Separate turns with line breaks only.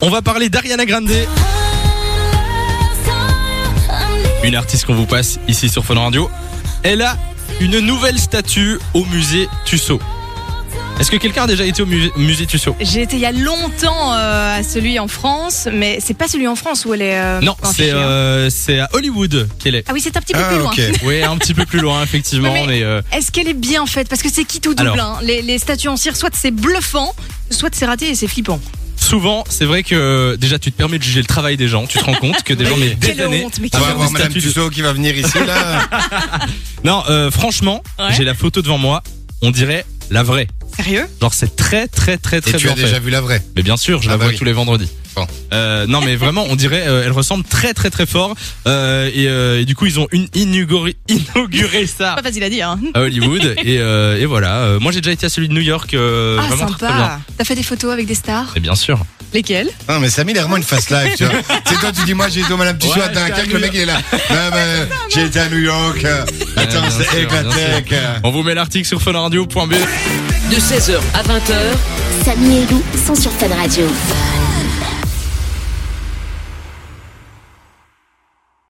On va parler d'Ariana Grande, une artiste qu'on vous passe ici sur Fun Radio. Elle a une nouvelle statue au musée Tussaud. Est-ce que quelqu'un a déjà été au musée, musée Tussaud
J'ai été il y a longtemps euh, à celui en France, mais c'est pas celui en France où elle est. euh,
Non,
enfin,
c'est
fichée, hein.
euh, c'est à Hollywood qu'elle est.
Ah oui, c'est un petit peu
Ah,
plus loin.
ok.
Oui, un petit peu plus loin effectivement,
Mais-
mais, euh,
Est-ce qu'elle est bien faite Parce que c'est qui tout double.
Alors.
hein. Les, les statues en cire, soit c'est bluffant, soit c'est raté et c'est flippant.
souvent c'est vrai que euh, déjà tu te permets de juger le travail des gens. Tu te rends compte que des gens mais
Quelle
des années.
honte, mais
On
à
quelle
va
faire
voir
des
Ah, Madame
statues de-
Tussaud qui va venir ici là.
Non, euh, franchement,
Ouais.
j'ai la photo devant moi. On dirait la vraie.
Sérieux
Genre c'est très très très
Et
très
tu
bien
as
fait.
déjà vu la vraie.
Mais bien sûr, je
Ah
la
bah
vois
oui.
tous les vendredis.
Bon.
Euh, non, mais vraiment, on dirait, euh, elle ressemble très très très fort. Euh, et, euh, et du coup, ils ont une inauguré, inauguré ça
Pas facile à dire. hein.
à Hollywood. et, euh, et voilà. Euh, Moi, j'ai déjà été à celui de New York. euh,
ah,
vraiment très, très bien.
sympa. T'as fait des photos avec des stars
Mais bien sûr.
Lesquelles
Non mais Samy il a vraiment une face live, tu vois. C'est toi tu dis moi j'ai été au Madame Tussaud
Ouais,
à
j'étais à
Dunkerque,
New
le mec il est là. Non mais j'ai été à New York. euh, Attends,
bien sûr,
c'est
bien
éclaté.
On vous met l'article sur E. funradio.be.
de 16h à 20h.
Samy et Lou sont sur Fan Radio.